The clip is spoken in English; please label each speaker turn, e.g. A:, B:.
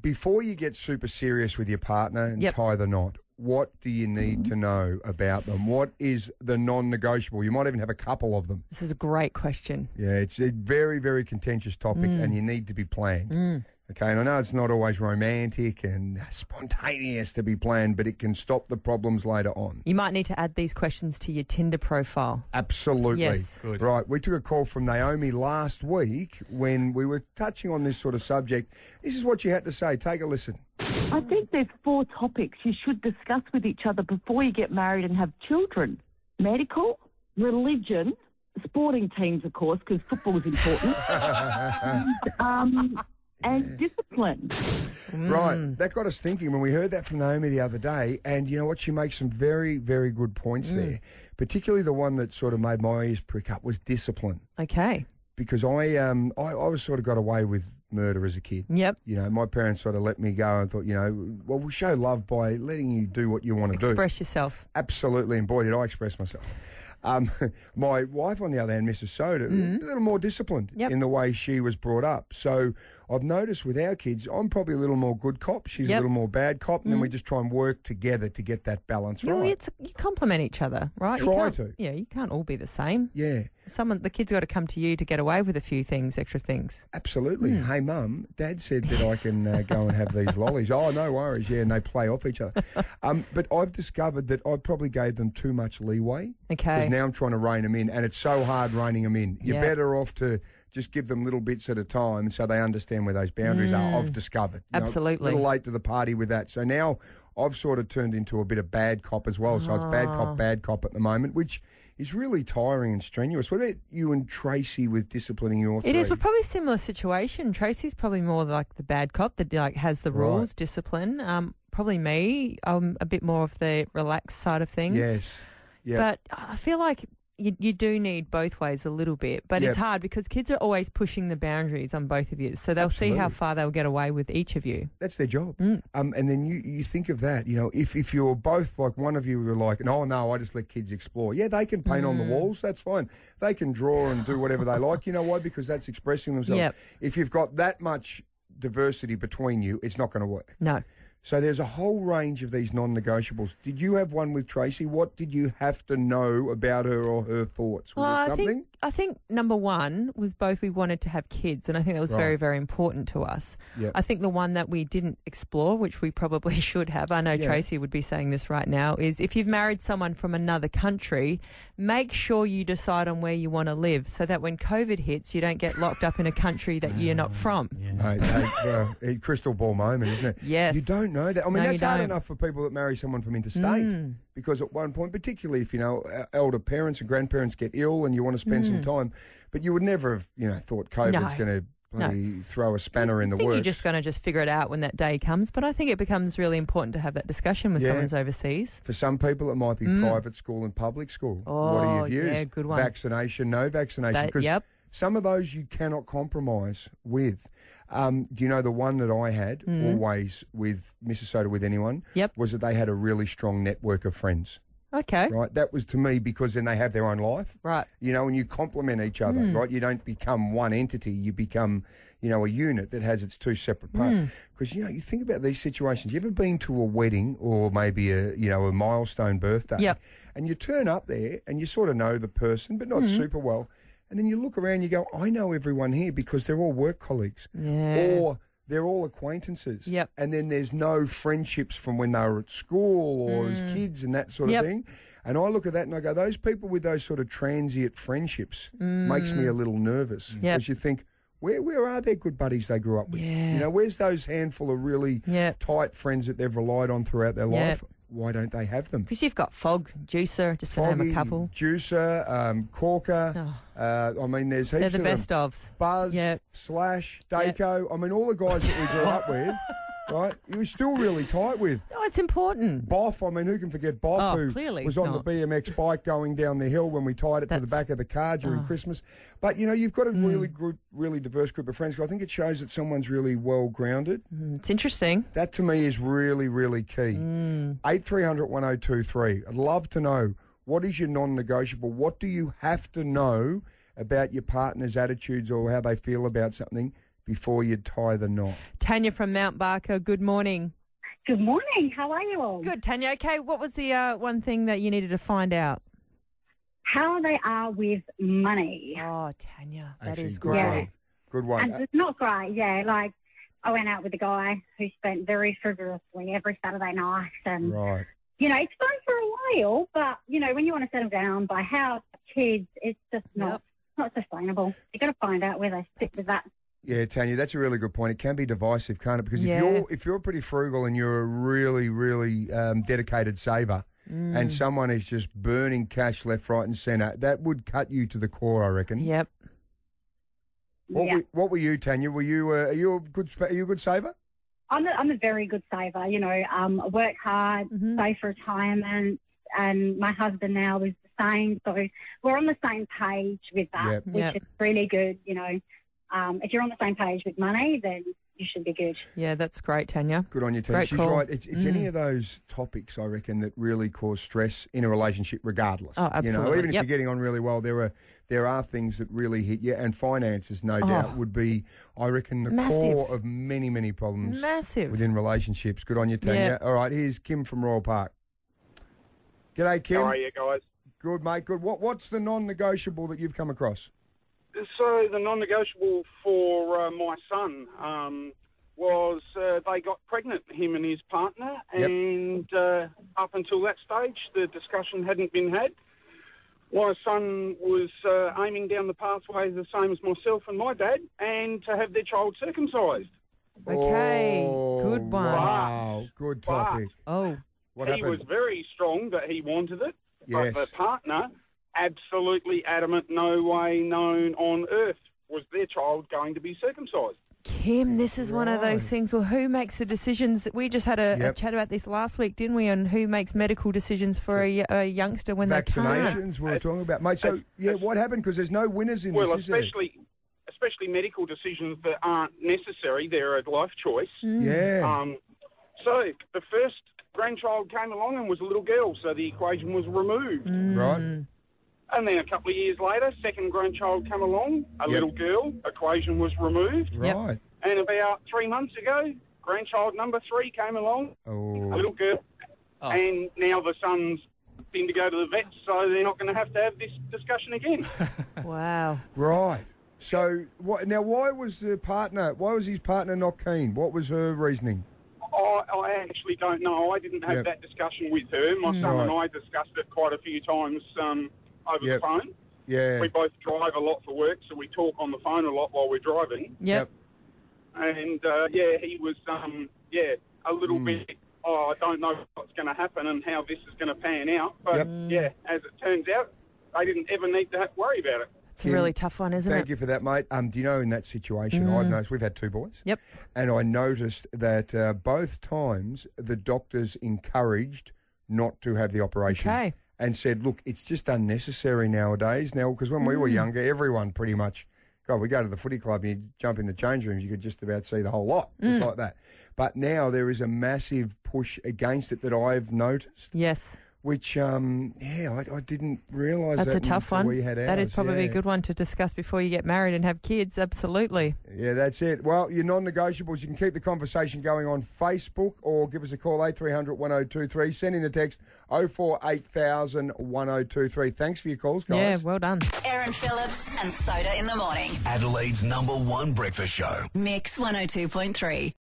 A: Before you get super serious with your partner and
B: Yep.
A: tie the knot, what do you need to know about them? What is the non negotiable? You might even have a couple of them.
B: This is a great question.
A: Yeah, it's a very, very contentious topic
B: Mm.
A: and you need to be planned. Okay, and I know it's not always romantic and spontaneous to be planned, but it can stop the problems later on.
B: You might need to add these questions to your Tinder profile.
A: Absolutely.
B: Yes.
C: Good.
A: Right. We took a call from Naomi last week when we were touching on this sort of subject. This is what she had to say. Take a listen.
D: I think there's four topics you should discuss with each other before you get married and have children. Medical, religion, sporting teams, of course, because football is important, um, and discipline.
A: Right. That got us thinking when we heard that from Naomi the other day. And you know what? She makes some very, very good points there. Particularly the one that sort of made my ears prick up was discipline.
B: Okay.
A: Because I, um, I, I was sort of got away with murder as a kid.
B: Yep.
A: You know, my parents sort of let me go and thought, you know, well, we show love by letting you do what you want to do.
B: Express yourself.
A: Absolutely, and boy, did I express myself. Um, my wife, on the other hand, Mrs. Soda, a little more disciplined
B: Mm-hmm. Yep.
A: in the way she was brought up. So I've noticed with our kids, I'm probably a little more good cop. She's
B: Yep.
A: a little more bad cop, and then we just try and work together to get that balance
B: You, know,
A: right.
B: it's, you complement each other, right? You
A: Try
B: can't-
A: to.
B: Yeah, you can't all be the same.
A: yeah,
B: Someone, the kids got to come to you to get away with a few things, extra things.
A: absolutely.
B: Hmm.
A: Hey, mum, dad said that I can uh, go and have these lollies. Oh, no worries. Yeah, and they play off each other. Um, but I've discovered that I probably gave them too much leeway.
B: Okay.
A: Because now I'm trying to rein them in, and it's so hard reining them in. You're
B: Yeah.
A: better off to just give them little bits at a time so they understand where those boundaries are. I've discovered. You know,
B: Mm. Absolutely.
A: a little late to the party with that. So now I've sort of turned into a bit of bad cop as well. So it's bad
B: Ah.
A: cop, bad cop at the moment, which is really tiring and strenuous. What about you and Tracy with disciplining your
B: It is,
A: three?
B: but probably similar situation. Tracy's probably more like the bad cop that like has the
A: Right.
B: rules, discipline. Um, probably me. I'm a bit more of the relaxed side of things.
A: Yes. Yeah.
B: But I feel like you, you do need both ways a little bit. But it's
A: Yeah.
B: hard because kids are always pushing the boundaries on both of you. So they'll see how
A: Absolutely.
B: far they'll get away with each of you.
A: That's their job.
B: Mm.
A: Um, and then you, you think of that, you know, if, if you're both like one of you were like, no, no, I just let kids explore. Yeah, they can paint on
B: Mm.
A: the walls. That's fine. They can draw and do whatever they like. You know why? Because that's expressing themselves.
B: Yep.
A: If you've got that much diversity between you, it's not going to work.
B: No.
A: So there's a whole range of these non negotiables. Did you have one with Tracy? What did you have to know about her or her thoughts? Was it
B: I
A: something?
B: think I think number one was both we wanted to have kids, and I think that was
A: Right.
B: very very important to us.
A: Yep.
B: I think the one that we didn't explore, which we probably should have, I know
A: Yeah.
B: Tracy would be saying this right now, is if you've married someone from another country, make sure you decide on where you want to live, so that when COVID hits, you don't get locked up in a country that you're not from.
A: Mate, that, uh, a crystal ball moment, isn't it?
B: Yes.
A: You don't know that. I mean,
B: No,
A: that's
B: you
A: hard
B: don't. Hmm.
A: enough for people that marry someone from interstate because at one point, particularly if, you know, e- elder parents and grandparents get ill and you want to spend some time, but you would never have, you know, thought COVID's
B: Hmm. No.
A: going to throw a spanner in the
B: I think
A: works.
B: you're just going to just figure it out when that day comes, but I think it becomes really important to have that discussion with
A: Yeah.
B: someone's overseas.
A: For some people, it might be private school and public school.
B: Mm. Oh,
A: what do you use?
B: yeah, good one.
A: Vaccination, no vaccination.
B: That-
A: 'cause
B: yep.
A: Some of those you cannot compromise with. Um, do you know the one that I had always with Mississauga with anyone?
B: Mm. Yep.
A: Was that they had a really strong network of friends,
B: Okay, right.
A: right? That was to me because then they have their own life you know, and you complement each other, right? You don't become one entity. You become, you know, a unit that has its two separate parts. Because you know, you think about these situations. You ever been to a wedding or maybe a you know a milestone birthday?
B: Yep.
A: And you turn up there and you sort of know the person, but not super well. And then you look around, you go, I know everyone here because they're all work colleagues.
B: Yeah.
A: Or they're all acquaintances.
B: Yep.
A: And then there's no friendships from when they were at school or as kids and that sort
B: Mm. Yep.
A: of thing. And I look at that and I go, those people with those sort of transient friendships makes me a little nervous because
B: Mm. Yep.
A: you think, where where are their good buddies they grew up with?
B: Yeah.
A: You know, where's those handful of really
B: Yep.
A: tight friends that they've relied on throughout their
B: Yep.
A: life? Why don't they have them?
B: Because you've got Fog, Juicer, just to name
A: Foggy,
B: a couple.
A: Juicer, um, Corker.
B: Oh.
A: Uh, I mean, there's heaps
B: They're the
A: of
B: best
A: them.
B: ofs.
A: Buzz,
B: Yep.
A: Slash,
B: Yep.
A: Daco. I mean, all the guys that we grew up with, right? You were still really tight with.
B: No, Oh, it's important.
A: Boff, I mean, who can forget Boff,
B: Oh,
A: who
B: clearly
A: was on
B: not.
A: the BMX bike going down the hill when we tied it to
B: That's- oh. Hmm.
A: the back of the car during Christmas. But, you know, you've got a really good, really diverse group of friends. I think it shows that someone's really well grounded.
B: It's interesting.
A: That to me is really, really key.
B: Mm.
A: Eight three hundred one zero two three. I'd love to know what is your non-negotiable. What do you have to know about your partner's attitudes or how they feel about something before you tie the knot.
B: Tanya from Mount Barker, good morning.
C: Good morning. How are you all?
B: Good, Tanya. Okay, what was the uh, one thing that you needed to find out?
C: How they are with money.
B: Oh, Tanya, that
A: Actually,
B: is
A: good
B: great.
A: one. Good one.
C: And it's not great, yeah. Like, I went out with a guy who spent very frivolously every Saturday night. And,
A: right.
C: you know, it's fun for a while, but, you know, when you want to settle down, buy a house, kids, it's just not.
B: Yep.
C: Not sustainable. You got to find out where they sit with that.
A: Yeah, Tanya, that's a really good point. It can be divisive, can't it? Because
B: Yeah.
A: if you're if you're pretty frugal and you're a really really um, dedicated saver,
B: Mm.
A: and someone is just burning cash left, right, and centre, that would cut you to the core, I reckon.
B: Yep.
A: What
C: yeah.
A: were, what were you, Tanya? Were you uh, are you a good sp- are you a good saver?
C: I'm a, I'm a very good saver. You know, um, I work hard,
B: Mhm.
C: save for retirement, and my husband now is the same. So we're on the same page with that,
A: Yep.
C: which
B: Yep.
C: is really good. You know, um, if you're on the same page with money, then you should be good.
B: Yeah, that's great, Tanya.
A: Good on you, Tanya.
B: Great
A: She's
B: call.
A: right. It's it's any
B: Mm.
A: of those topics I reckon that really cause stress in a relationship, regardless.
B: Oh,
A: You know,
B: absolutely.
A: even if
B: Yep.
A: you're getting on really well, there are there are things that really hit you, and finances, no
B: Oh.
A: doubt, would be I reckon the
B: Massive.
A: core of many many problems.
B: Massive.
A: within relationships. Good on you, Tanya. All right, here's Kim from Royal Park. G'day, Kim.
E: How are you guys?
A: Good, mate. Good. What What's the non-negotiable that you've come across?
E: So the non-negotiable for uh, my son um, was uh, they got pregnant, him and his partner,
A: Yep.
E: and uh, up until that stage, the discussion hadn't been had. My son was uh, aiming down the pathway the same as myself and my dad, and to have their child circumcised.
B: Okay,
A: Oh,
B: good one.
A: Wow, good
E: But-
A: topic.
B: Oh,
A: What
E: he
A: happened?
E: was very strong that he wanted it,
A: Yes.
E: but the partner, absolutely adamant, no way known on earth was their child going to be circumcised.
B: Kim, this is one of those
A: Right.
B: things. Well, who makes the decisions? We just had a,
A: Yep.
B: a chat about this last week, didn't we? On who makes medical decisions for a, a youngster when they can't.
A: Vaccinations we were talking about, mate. So yeah, what happened? Because there's no winners in
E: Well,
A: this, is there?
E: especially especially medical decisions that aren't necessary. They're a life choice.
B: Hmm. Mm.
A: Yeah.
E: Um, so the first grandchild came along and was a little girl, so the equation was removed.
A: Mm.
B: Mm.
A: Right.
E: And then a couple of years later, second grandchild came along, a
A: Yep.
E: little girl, equation was removed.
B: Yep.
A: Right.
E: And about three months ago, grandchild number three came along, a
A: Oh.
E: little girl, and now the son's been to go to the vet, so they're not going to have to have this discussion again.
B: Wow.
A: Right. So what? Now, why was the partner? Why was his partner not keen? What was her reasoning?
E: I, I actually don't know. I didn't have
A: Yep. Mm.
E: that discussion with her. My son and I
A: Right.
E: discussed it quite a few times um, over
A: Yep.
E: the phone.
A: Yeah.
E: We both drive a lot for work, so we talk on the phone a lot while we're driving.
B: Yep.
E: And uh, yeah, he was um, yeah a little
A: Mm.
E: bit. Oh, I don't know what's going to happen and how this is going to pan out. But
A: Yep.
E: yeah, as it turns out, they didn't ever need to have, worry about it.
B: It's a really tough one, isn't
A: Thank
B: it?
A: you for that, mate. Um, do you know in that situation,
B: Mm.
A: I've noticed we've had two boys.
B: Yep.
A: And I noticed that uh, both times the doctors encouraged not to have the operation.
B: Okay.
A: And said, look, it's just unnecessary nowadays. Now, because when we
B: Mm.
A: were younger, everyone pretty much, God, we go to the footy club and you jump in the change rooms, you could just about see the whole lot,
B: Mm.
A: just like that. But now there is a massive push against it that I've noticed,
B: Yes,
A: which, um, yeah, I, I didn't realise
B: that's
A: that
B: a tough
A: until
B: one.
A: We had
B: That is
A: ours,
B: probably
A: yeah.
B: a good one to discuss before you get married and have kids. Absolutely.
A: Yeah, that's it. Well, your non negotiables, you can keep the conversation going on Facebook or give us a call 8300 1023. Send in a text 048000 1023. Thanks for your calls, guys.
B: Yeah, well done.
F: Aaron Phillips and Soda in the morning. oh
G: Adelaide's number one breakfast show.
F: Mix 102.3.